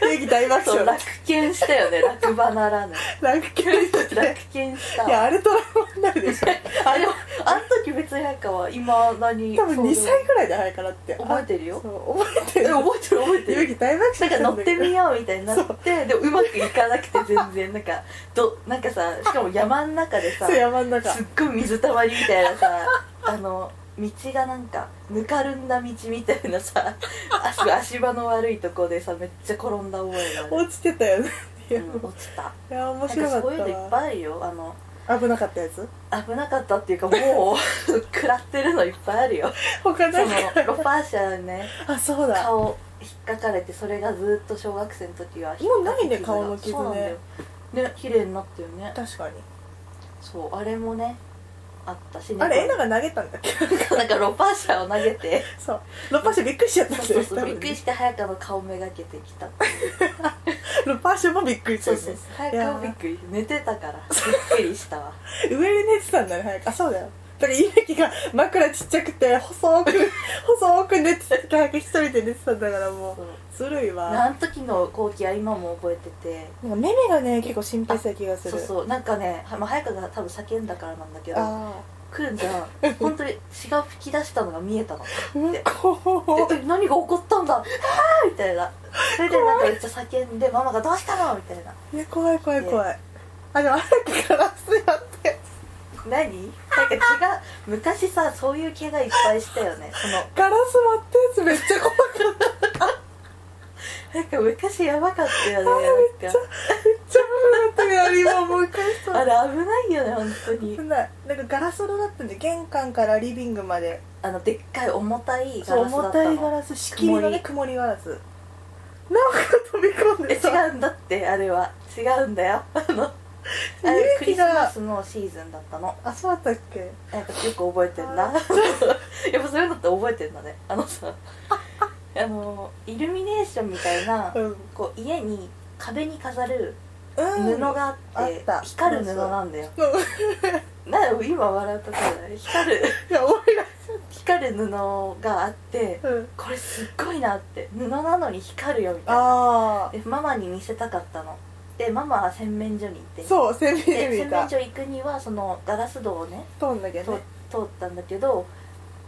[SPEAKER 2] 勇気大爆
[SPEAKER 1] そう
[SPEAKER 2] 笑
[SPEAKER 1] 落犬したよね落馬なら ぬ
[SPEAKER 2] ランクキャリして
[SPEAKER 1] 落犬した
[SPEAKER 2] いやあれトラウマになるでしょ
[SPEAKER 1] あでもあの時別に早川はいまだに
[SPEAKER 2] 多分2
[SPEAKER 1] そうで
[SPEAKER 2] 歳くらいで早いからって
[SPEAKER 1] 覚えてるよ
[SPEAKER 2] そう覚えてる
[SPEAKER 1] もえ覚えてる覚えて
[SPEAKER 2] ゆ
[SPEAKER 1] る
[SPEAKER 2] うき大爆
[SPEAKER 1] な
[SPEAKER 2] 笑
[SPEAKER 1] んか乗ってみようみたいになってでもうまくいかなくて全然なんかどなんかさしかも山の中でさ
[SPEAKER 2] そう
[SPEAKER 1] す
[SPEAKER 2] 山の中
[SPEAKER 1] っごい水たまりみたいなさあの道がなんかぬかるんだ道みたいなさ足足場の悪いとこでさめっちゃ転んだ覚えがあ
[SPEAKER 2] 落ちてたよねいや,、
[SPEAKER 1] る、うん、落ちた
[SPEAKER 2] いや面
[SPEAKER 1] なんか
[SPEAKER 2] 白か
[SPEAKER 1] そういうのいっ
[SPEAKER 2] った
[SPEAKER 1] ぱいあるよあの
[SPEAKER 2] わ危なかったやつ
[SPEAKER 1] 危なかったっていうかもう食らってるのいっぱいあるよ
[SPEAKER 2] 他
[SPEAKER 1] その
[SPEAKER 2] なんか
[SPEAKER 1] ロパーシャーね
[SPEAKER 2] あそうだ
[SPEAKER 1] 顔引っかかれてそれがずっと小学生の時は
[SPEAKER 2] もうないね顔の傷ね
[SPEAKER 1] そうなんだよね綺麗になったよね
[SPEAKER 2] 確かに
[SPEAKER 1] そうあれもねあったしね
[SPEAKER 2] あれエナが投げたんだっけ
[SPEAKER 1] なんかロパーシャーを投げて
[SPEAKER 2] そうロパーシャびっくりしちゃったん
[SPEAKER 1] そう
[SPEAKER 2] だ
[SPEAKER 1] そ
[SPEAKER 2] よ
[SPEAKER 1] うそう
[SPEAKER 2] 多
[SPEAKER 1] び
[SPEAKER 2] 分
[SPEAKER 1] っくりして早川の顔めがけてきた
[SPEAKER 2] ロパーシャもびっくりした
[SPEAKER 1] そう
[SPEAKER 2] よ
[SPEAKER 1] そうそう
[SPEAKER 2] ね
[SPEAKER 1] 早
[SPEAKER 2] いや
[SPEAKER 1] 川びっくり寝てたからびっくりした わ
[SPEAKER 2] 上に寝てたんだね早くあそうだよだからゆうきが枕ちっちゃく て細く細く寝てた早く一人で寝てたんだからも
[SPEAKER 1] そう
[SPEAKER 2] うずるいわ
[SPEAKER 1] あの時の後期は今も覚えてて
[SPEAKER 2] なんか目目がね結構心配した気がする
[SPEAKER 1] そうそうなんかね、はまあ、早川が多分叫んだからなんだけど
[SPEAKER 2] あ
[SPEAKER 1] 来るんじゃん本当に血が噴き出したのが見えたの
[SPEAKER 2] あうんこ
[SPEAKER 1] ええ何が起こったんだああみたいなそれでなんかめっちゃ叫んでママが「どうしたの?」みたいな
[SPEAKER 2] ういや怖い怖い怖いあでも早くガラスやって
[SPEAKER 1] 「何?」なんか血が昔さそういう怪我いっぱいしたよねその
[SPEAKER 2] ガラス割ったやつめっちゃ怖かった
[SPEAKER 1] なんか昔やばかったよね
[SPEAKER 2] めっ
[SPEAKER 1] なん
[SPEAKER 2] ちゃ
[SPEAKER 1] か
[SPEAKER 2] めっちゃ危なかったから今思い返した
[SPEAKER 1] あれ危ないよね本当
[SPEAKER 2] 危
[SPEAKER 1] に
[SPEAKER 2] ないなんかガラス戸だったんで玄関からリビングまで
[SPEAKER 1] あのでっかい重たいガ
[SPEAKER 2] そう
[SPEAKER 1] ラスだ
[SPEAKER 2] 重
[SPEAKER 1] った
[SPEAKER 2] たいガ
[SPEAKER 1] の
[SPEAKER 2] ラス仕切りのね曇りガラスなんか飛び込ん
[SPEAKER 1] え
[SPEAKER 2] で
[SPEAKER 1] 違うんだってあれは違うんだよあのあれク
[SPEAKER 2] 勇
[SPEAKER 1] リ
[SPEAKER 2] 気
[SPEAKER 1] スマ
[SPEAKER 2] が
[SPEAKER 1] スのシーズンだったの
[SPEAKER 2] あそうだったっけ
[SPEAKER 1] なんかよく覚えて んなやっぱそういうのって覚えてんだねあのさあのイルミネーションみたいな
[SPEAKER 2] うん
[SPEAKER 1] こう家に壁に飾る
[SPEAKER 2] うん
[SPEAKER 1] 布があって、
[SPEAKER 2] あった
[SPEAKER 1] 光る布なんだよ
[SPEAKER 2] うん
[SPEAKER 1] なんか今笑ったから光る
[SPEAKER 2] いや俺が
[SPEAKER 1] 光る布があって
[SPEAKER 2] うん
[SPEAKER 1] これすっごいなって布なのに光るよみたいな
[SPEAKER 2] あ
[SPEAKER 1] でママに見せたかったのでママは洗面所に行って
[SPEAKER 2] あそう洗
[SPEAKER 1] で
[SPEAKER 2] 面所見
[SPEAKER 1] 洗
[SPEAKER 2] た
[SPEAKER 1] 面所行くにはそのガラス戸をね
[SPEAKER 2] 飛んだけ
[SPEAKER 1] 通
[SPEAKER 2] どね
[SPEAKER 1] 通ったんだけど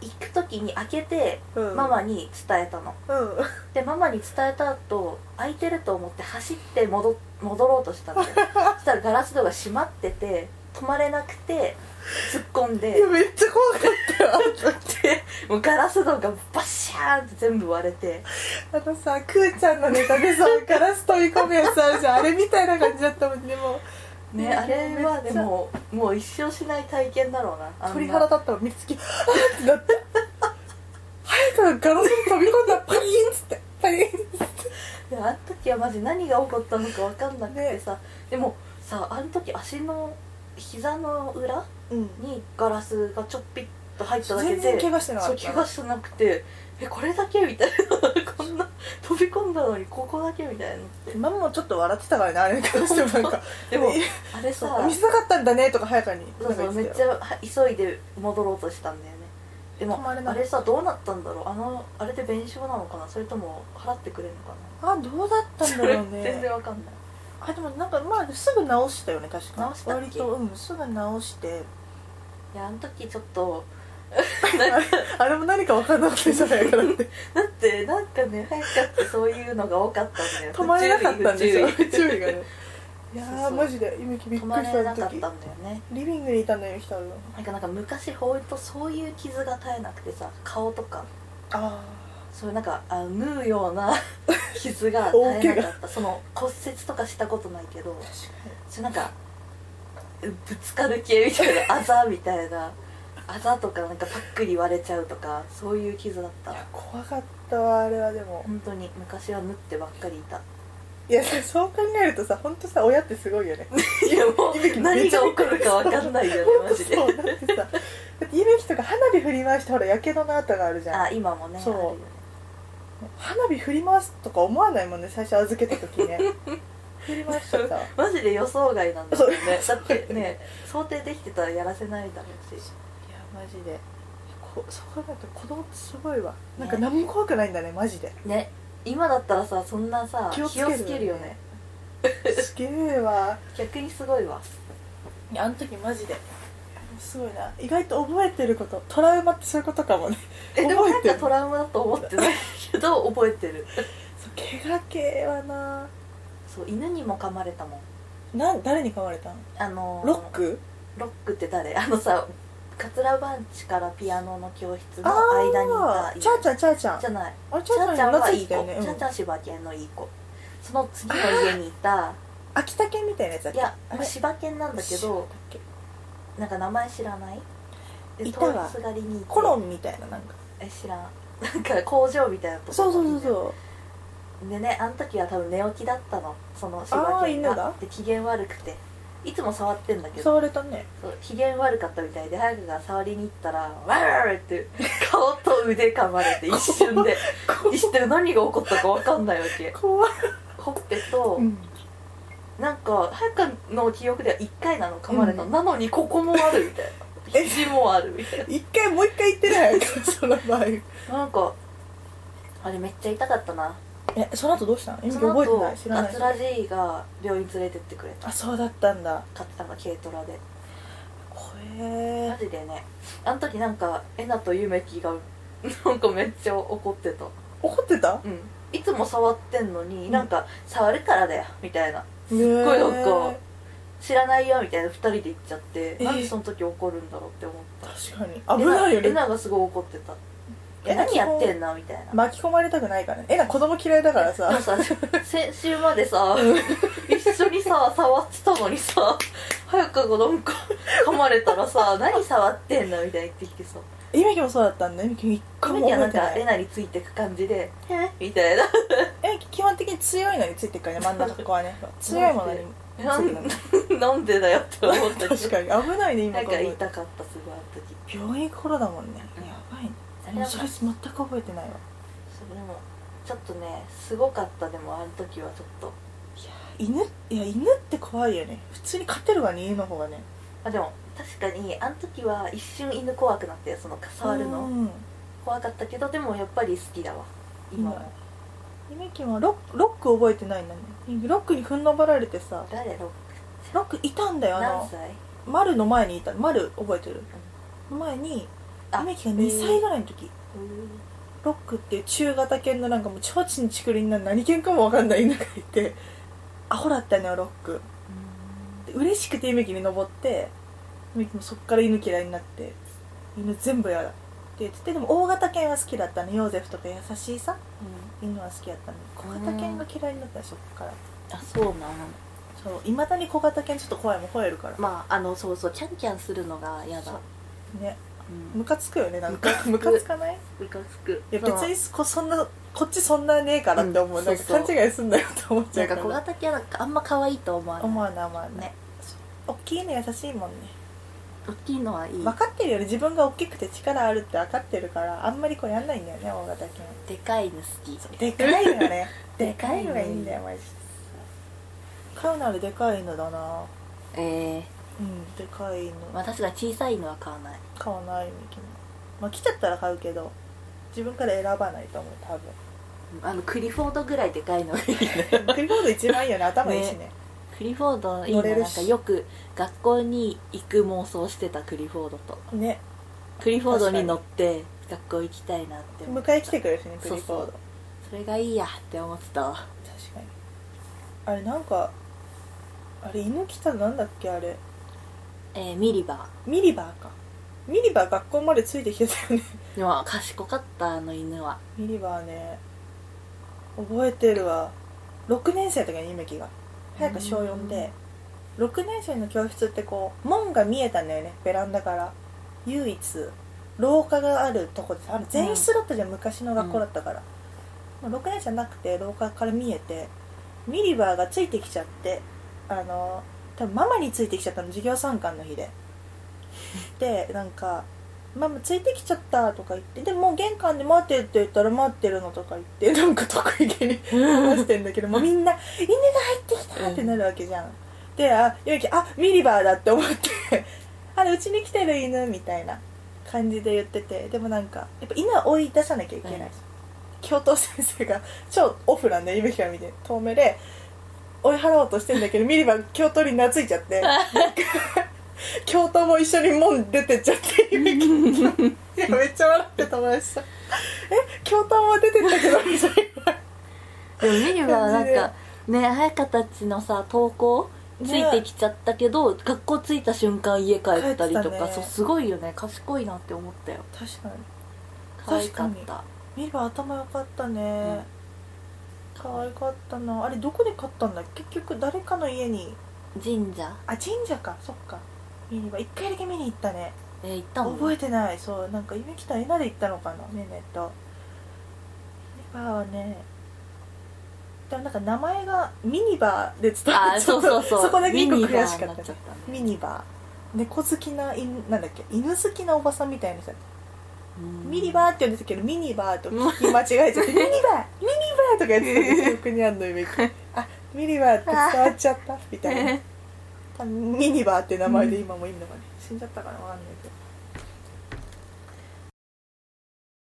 [SPEAKER 1] 行く時に開けて
[SPEAKER 2] うん
[SPEAKER 1] ママに伝えたの、
[SPEAKER 2] うん
[SPEAKER 1] でママに伝えた後開いてると思って走って戻戻ろうとした んだよそしたらガラス戸が閉まってて止まれなくて突っ込ん
[SPEAKER 2] い
[SPEAKER 1] で
[SPEAKER 2] やめっちゃ怖かったよ
[SPEAKER 1] でもうガラス戸がバシャーンって全部割れて
[SPEAKER 2] あのさくーちゃんのネタでさガラス飛び込むやつあるじゃんあれみたいな感じだったもんでも
[SPEAKER 1] ねあれはでももう一生しない体験だろうなあんな
[SPEAKER 2] 鳥肌立ったら見つけあーってなって早くガラスに飛び込んだパリーンっつってパリーンっつっ
[SPEAKER 1] で
[SPEAKER 2] て
[SPEAKER 1] あの時はマジ何が起こったのか分かんなくてさ、でもさあの時足の膝の裏
[SPEAKER 2] うん
[SPEAKER 1] にガラスがちょっぴっと入っただけで
[SPEAKER 2] 全然怪我してなか
[SPEAKER 1] そ
[SPEAKER 2] っ
[SPEAKER 1] う
[SPEAKER 2] た
[SPEAKER 1] 怪我してなくてえこれだけみたいな こんな飛び込んだのにここだけみたいな
[SPEAKER 2] ママもちょっと笑ってたからねあれに関してもなんか
[SPEAKER 1] でも
[SPEAKER 2] いや
[SPEAKER 1] あれ
[SPEAKER 2] そ
[SPEAKER 1] さ
[SPEAKER 2] う見せなかったんだねとか早川に
[SPEAKER 1] そうそうめっちゃは急いで戻ろうとしたんだよねでも
[SPEAKER 2] 止まれなか
[SPEAKER 1] あ
[SPEAKER 2] った
[SPEAKER 1] れさどうなったんだろうあのあれで弁償なのかなそれとも払ってくれるのか
[SPEAKER 2] あどうだった
[SPEAKER 1] なんそ
[SPEAKER 2] だ
[SPEAKER 1] れ
[SPEAKER 2] ろう
[SPEAKER 1] 全
[SPEAKER 2] ね
[SPEAKER 1] 然わかんない
[SPEAKER 2] あでもなんかまあすぐ直したよね確か
[SPEAKER 1] 直したっけ
[SPEAKER 2] 割とうんすぐ直して
[SPEAKER 1] いやあの時ちょっと
[SPEAKER 2] あれも何か分かんなくてじゃないか なって
[SPEAKER 1] だってなんかね早かってそういうのが多かったんだよ
[SPEAKER 2] 止まれなかったんでしょ
[SPEAKER 1] 不注意不注意
[SPEAKER 2] 注意が ねいや
[SPEAKER 1] そう
[SPEAKER 2] ー
[SPEAKER 1] そう
[SPEAKER 2] マジでゆきびっ
[SPEAKER 1] 止
[SPEAKER 2] く
[SPEAKER 1] ま
[SPEAKER 2] りし
[SPEAKER 1] れ
[SPEAKER 2] た
[SPEAKER 1] な
[SPEAKER 2] あ
[SPEAKER 1] か
[SPEAKER 2] の
[SPEAKER 1] った
[SPEAKER 2] 時
[SPEAKER 1] んだよね
[SPEAKER 2] リビングにいたんだよゆきたる
[SPEAKER 1] なんかなんか昔ほんとそういう傷が絶えなくてさ顔とか
[SPEAKER 2] あ
[SPEAKER 1] そういうなんかあ縫うよう な傷が
[SPEAKER 2] 大
[SPEAKER 1] 絶え
[SPEAKER 2] 怪我
[SPEAKER 1] なかったその骨折とかしたことないけど
[SPEAKER 2] あ確かに
[SPEAKER 1] それなんかうぶつかる系みたいなあざみたいなあざとかなんかパックリ割れちゃうとかそういう傷だっ
[SPEAKER 2] いや
[SPEAKER 1] た
[SPEAKER 2] 怖かったわあれはでも
[SPEAKER 1] 本当に昔は縫ってばっかりいた
[SPEAKER 2] いやそう考えるとさ本当さ親ってすごいよね
[SPEAKER 1] いやも
[SPEAKER 2] ゆき
[SPEAKER 1] う 何が起こるか分かんないよね
[SPEAKER 2] ほん
[SPEAKER 1] マ
[SPEAKER 2] と
[SPEAKER 1] ジで
[SPEAKER 2] そうだってさだってゆきとか花火振り回してほらやけどの跡があるじゃん
[SPEAKER 1] あ今もね
[SPEAKER 2] そう
[SPEAKER 1] あるよね
[SPEAKER 2] 花火振り回すとか思わないもんね最初預けた時ね振り回しちゃったわ
[SPEAKER 1] マジで予想外なんだよねだ
[SPEAKER 2] そう
[SPEAKER 1] ってね想定できてたらやらせないだろうし
[SPEAKER 2] いやマジでこそう考えると子供ってすごいわなんか何も怖くないんだねマジで
[SPEAKER 1] ね今だったらさそんなさ気をつけるよね
[SPEAKER 2] すげえわ
[SPEAKER 1] 逆にすごいわ
[SPEAKER 2] いやあの時マジですごいな意外と覚えてることトラウマってそういうことかもね
[SPEAKER 1] えでも
[SPEAKER 2] 覚
[SPEAKER 1] な
[SPEAKER 2] え
[SPEAKER 1] ん
[SPEAKER 2] てる
[SPEAKER 1] かトラウマだと思ってない けど覚えてる
[SPEAKER 2] そう怪我系はな
[SPEAKER 1] そう犬にも噛まれたもん
[SPEAKER 2] なん誰に噛まれたの
[SPEAKER 1] あのー
[SPEAKER 2] ロック
[SPEAKER 1] ロックって誰あのさカツラバンチからピアノの教室の
[SPEAKER 2] あ
[SPEAKER 1] 間にい
[SPEAKER 2] あ
[SPEAKER 1] た
[SPEAKER 2] ーチャーちゃんチャーちゃん
[SPEAKER 1] じゃない
[SPEAKER 2] あれチ
[SPEAKER 1] チャ
[SPEAKER 2] ャー
[SPEAKER 1] ー
[SPEAKER 2] ち
[SPEAKER 1] ち
[SPEAKER 2] ゃ
[SPEAKER 1] ゃ
[SPEAKER 2] ん
[SPEAKER 1] ん
[SPEAKER 2] の
[SPEAKER 1] は
[SPEAKER 2] 夏
[SPEAKER 1] いい
[SPEAKER 2] いた
[SPEAKER 1] 子
[SPEAKER 2] よね、う
[SPEAKER 1] チャー
[SPEAKER 2] ん
[SPEAKER 1] ち、ゃん柴犬のいい子その次の家にいた
[SPEAKER 2] 秋田犬みたいなやつだっ
[SPEAKER 1] い
[SPEAKER 2] け
[SPEAKER 1] や
[SPEAKER 2] あれ
[SPEAKER 1] 柴犬なんだけ
[SPEAKER 2] 柴
[SPEAKER 1] ど
[SPEAKER 2] 犬
[SPEAKER 1] なんか名前知らないで
[SPEAKER 2] いたわ
[SPEAKER 1] 通りすがりにいて
[SPEAKER 2] コロンみたいななんか
[SPEAKER 1] え知らんなんか工場みたいなとこ
[SPEAKER 2] そうそうそうそう
[SPEAKER 1] でねあの時は多分寝起きだったのその
[SPEAKER 2] あ
[SPEAKER 1] 柴
[SPEAKER 2] ー
[SPEAKER 1] 犬
[SPEAKER 2] 犬が
[SPEAKER 1] がで機嫌悪くていつも触ってんだけど
[SPEAKER 2] 触れたね
[SPEAKER 1] そう機嫌悪かったみたいで早くが触りに行ったら「わー!」って顔と腕噛まれて一瞬 で一瞬で何が起こったか分かんないわけ
[SPEAKER 2] 怖い、
[SPEAKER 1] ほっぺと
[SPEAKER 2] うん、
[SPEAKER 1] なんか早くの記憶では1回なの噛まれた、
[SPEAKER 2] うん
[SPEAKER 1] なのにここもあるみたいな肘もあるみたい
[SPEAKER 2] 一回もう一回言ってない その場合
[SPEAKER 1] ななんかあれめっちゃ痛かったな
[SPEAKER 2] えその後どうしたの今
[SPEAKER 1] その
[SPEAKER 2] 覚えて
[SPEAKER 1] 後
[SPEAKER 2] ない知ら
[SPEAKER 1] あ
[SPEAKER 2] ない
[SPEAKER 1] つらじいが病院連れてってくれた
[SPEAKER 2] あそうだったんだ
[SPEAKER 1] 買ってたの軽トラで
[SPEAKER 2] 怖
[SPEAKER 1] マ
[SPEAKER 2] え
[SPEAKER 1] ジでねあの時なんかえなとゆめきがなんかめっちゃ怒ってた
[SPEAKER 2] 怒ってた
[SPEAKER 1] うんいつも触ってんのに、
[SPEAKER 2] うん
[SPEAKER 1] なんか触るからだよみたいな
[SPEAKER 2] すっご
[SPEAKER 1] いなんか知らないよみたいな2人で行っちゃって、
[SPEAKER 2] え
[SPEAKER 1] なんでその時怒るんだろうって思っ
[SPEAKER 2] 確
[SPEAKER 1] た
[SPEAKER 2] かに危ないよ
[SPEAKER 1] え
[SPEAKER 2] ね
[SPEAKER 1] ながすごい怒ってた
[SPEAKER 2] え
[SPEAKER 1] え
[SPEAKER 2] な
[SPEAKER 1] 何やってんなみたいな、
[SPEAKER 2] 巻き込まれたくないからねえな子供嫌いだから
[SPEAKER 1] で
[SPEAKER 2] さ
[SPEAKER 1] もさ先週までさ一緒にさ触ってたのにさ早く子供か噛まれたらさ何触ってんだみたいな言ってきてさ
[SPEAKER 2] 今きもそうだったんだ今き一回
[SPEAKER 1] ゆ
[SPEAKER 2] も
[SPEAKER 1] めきはなん
[SPEAKER 2] 覚えて
[SPEAKER 1] か
[SPEAKER 2] な
[SPEAKER 1] え
[SPEAKER 2] い
[SPEAKER 1] なについてく感じでえみたいな
[SPEAKER 2] え基本的に強いのについてるからね真ん中ここはね強いものに
[SPEAKER 1] な
[SPEAKER 2] ついてない
[SPEAKER 1] んなんでだよって思ったけ
[SPEAKER 2] 確
[SPEAKER 1] ど
[SPEAKER 2] かに危ないね今
[SPEAKER 1] なん
[SPEAKER 2] 考え
[SPEAKER 1] か
[SPEAKER 2] ると
[SPEAKER 1] 痛かったすごいあの時
[SPEAKER 2] 病院頃だもんね
[SPEAKER 1] うん
[SPEAKER 2] やばいね
[SPEAKER 1] あれ
[SPEAKER 2] もう
[SPEAKER 1] なん
[SPEAKER 2] そ
[SPEAKER 1] か
[SPEAKER 2] れ全く覚えてないわ
[SPEAKER 1] そうでもちょっとねすごかったでもあの時はちょっと
[SPEAKER 2] 犬いや犬って怖いよね普通に飼ってるわね犬の方がね
[SPEAKER 1] あでも確かにあの時は一瞬犬怖くなってその触る
[SPEAKER 2] う
[SPEAKER 1] の
[SPEAKER 2] ん
[SPEAKER 1] 怖かったけどでもやっぱり好きだわ今は
[SPEAKER 2] ゆめきはロックロック覚えてないんだねロックに踏んのばられてさ
[SPEAKER 1] 誰ロック
[SPEAKER 2] ロックいたんだよあ
[SPEAKER 1] 何
[SPEAKER 2] の
[SPEAKER 1] 歳
[SPEAKER 2] 丸の前にいた丸覚えてる、前に
[SPEAKER 1] あ
[SPEAKER 2] ゆめきが2歳ぐらいの時
[SPEAKER 1] うん
[SPEAKER 2] ロックっていう中型犬のなんかもう超ちんちくりんな何犬かもわかんない犬がいてアホだったのよロックで嬉しくてゆめきに登ってゆめきもそっから犬嫌いになって犬全部嫌だって言っててでも大型犬は好きだったのヨーゼフとか優しいさ犬は好きだったのに小型犬が嫌いになったのそっから
[SPEAKER 1] あそうなの
[SPEAKER 2] そういまだに小型犬ちょっと怖いもん吠えるから
[SPEAKER 1] まああのそうそうキャンキャンするのが嫌だ
[SPEAKER 2] そうね
[SPEAKER 1] うん
[SPEAKER 2] ムカつくよねなんか
[SPEAKER 1] ムカつく
[SPEAKER 2] ムカつかない
[SPEAKER 1] ムカつく
[SPEAKER 2] いや別にこそんなこっちそんなねえからって思う、
[SPEAKER 1] うん
[SPEAKER 2] なん
[SPEAKER 1] そうそ
[SPEAKER 2] か
[SPEAKER 1] う
[SPEAKER 2] 勘違いすんだよって思っち
[SPEAKER 1] なん
[SPEAKER 2] ゃうか
[SPEAKER 1] から小型犬なんかあんま可愛いと思わない
[SPEAKER 2] 思わない思わない
[SPEAKER 1] ね
[SPEAKER 2] そう大きいの優しいもんね
[SPEAKER 1] 大きいのはいい
[SPEAKER 2] 分かってるより自分が大きくて力あるって分かってるからあんまりこうやんないんだよね大型犬
[SPEAKER 1] でかいの好き
[SPEAKER 2] そうでかいのがね で
[SPEAKER 1] で
[SPEAKER 2] か
[SPEAKER 1] か
[SPEAKER 2] い
[SPEAKER 1] い
[SPEAKER 2] の
[SPEAKER 1] の
[SPEAKER 2] が
[SPEAKER 1] が
[SPEAKER 2] い
[SPEAKER 1] い
[SPEAKER 2] い
[SPEAKER 1] い
[SPEAKER 2] んだよマジで飼うならでかいのだな
[SPEAKER 1] え
[SPEAKER 2] うんでかいの
[SPEAKER 1] ー、まあ確かに小さいのは買わない
[SPEAKER 2] 買わないみたいなまあ来ちゃったら買うけど自分から選ばないと思う多分
[SPEAKER 1] あのクリフォードぐらいで かいのがいいな
[SPEAKER 2] クリフォード一番いいよね頭いいしね
[SPEAKER 1] クリフォードいい
[SPEAKER 2] 乗
[SPEAKER 1] な
[SPEAKER 2] れ
[SPEAKER 1] な
[SPEAKER 2] る
[SPEAKER 1] ん
[SPEAKER 2] し
[SPEAKER 1] かよく学校に行く妄想してたクリフォードと
[SPEAKER 2] ね
[SPEAKER 1] クリフォードに乗って学校行きたいなって思う
[SPEAKER 2] 迎え来てくれるしねクリフォード
[SPEAKER 1] そうそうそれがいいやって思ってたわ
[SPEAKER 2] 確かにあれなんかあれ犬来たのなんだっけあれ
[SPEAKER 1] えー、ミリバ
[SPEAKER 2] ミリバーかミリバー学校までついてきてたよね
[SPEAKER 1] ーまあ賢かったあの犬は
[SPEAKER 2] ミリバーね覚えてるわ6年生の時に夢木が早く小4で6年生の教室ってこう門が見えたんだよねベランダから唯一廊下があるとこですあれ全室だったじゃん、昔の学校だったから、もう6年生じゃなくて廊下から見えてミリバーがついてきちゃってあの多分ママについてきちゃったの授業参観の日ででなんか「ママついてきちゃった」とか言って「でもう玄関で待ってる」って言ったら「待ってるの」とか言ってなんか得意げに話してんだけどもうみんな「犬が入ってきた!」ってなるわけじゃんであゆうきあミリバーだって思ってあれうちに来てる犬みたいな感じで言っててでもなんかやっぱ犬は追い出さなきゃいけない、
[SPEAKER 1] うん
[SPEAKER 2] 教頭先生が超オフなんで夢から見て遠目で追い払おうとしてんだけどミリバー教頭に懐いちゃって 教頭も一緒に門出てっちゃって夢からいやめっちゃ笑って友達さんえ教頭も出てったけ どみたいな
[SPEAKER 1] でもミリバーはなん
[SPEAKER 2] 感
[SPEAKER 1] かね早香たちのさ登校ついてきちゃったけど、学校着いた瞬間家帰ったりと
[SPEAKER 2] 帰って
[SPEAKER 1] か、
[SPEAKER 2] たね
[SPEAKER 1] そうすごいよね賢いなって思ったよ
[SPEAKER 2] 確かに
[SPEAKER 1] 可愛かっ
[SPEAKER 2] 確
[SPEAKER 1] た
[SPEAKER 2] ミリバー頭良かったね、可愛かったなあれどこで買ったんだ結局誰かの家に
[SPEAKER 1] 神社
[SPEAKER 2] あ神社かそっかミニバ一回だけ見に行ったね
[SPEAKER 1] えー行ったの
[SPEAKER 2] 覚えてないそうなんか夢来たエナで行ったのかなねねとミニバーはねでもなんか名前がミニバーで伝わっ
[SPEAKER 1] あ
[SPEAKER 2] て
[SPEAKER 1] ー
[SPEAKER 2] ちょ
[SPEAKER 1] そ
[SPEAKER 2] っ
[SPEAKER 1] うそう
[SPEAKER 2] と
[SPEAKER 1] そう
[SPEAKER 2] そこだけ
[SPEAKER 1] ミ
[SPEAKER 2] 一個
[SPEAKER 1] ニバ
[SPEAKER 2] 悔し
[SPEAKER 1] ーに
[SPEAKER 2] かっ
[SPEAKER 1] なっちゃ
[SPEAKER 2] た
[SPEAKER 1] ったね
[SPEAKER 2] ミニバー猫好きな犬なんだっけ犬好きなおばさんみたいな人
[SPEAKER 1] うん
[SPEAKER 2] ミリバーって呼んでたけどミニバーと聞き間違え ちゃってミニバーミニバーとかやってたけど記憶にあんの夢あミリバーって伝わっち ゃったみたいな多分ミニバーって名前で今もいいのかね死んじゃったからわかんないけど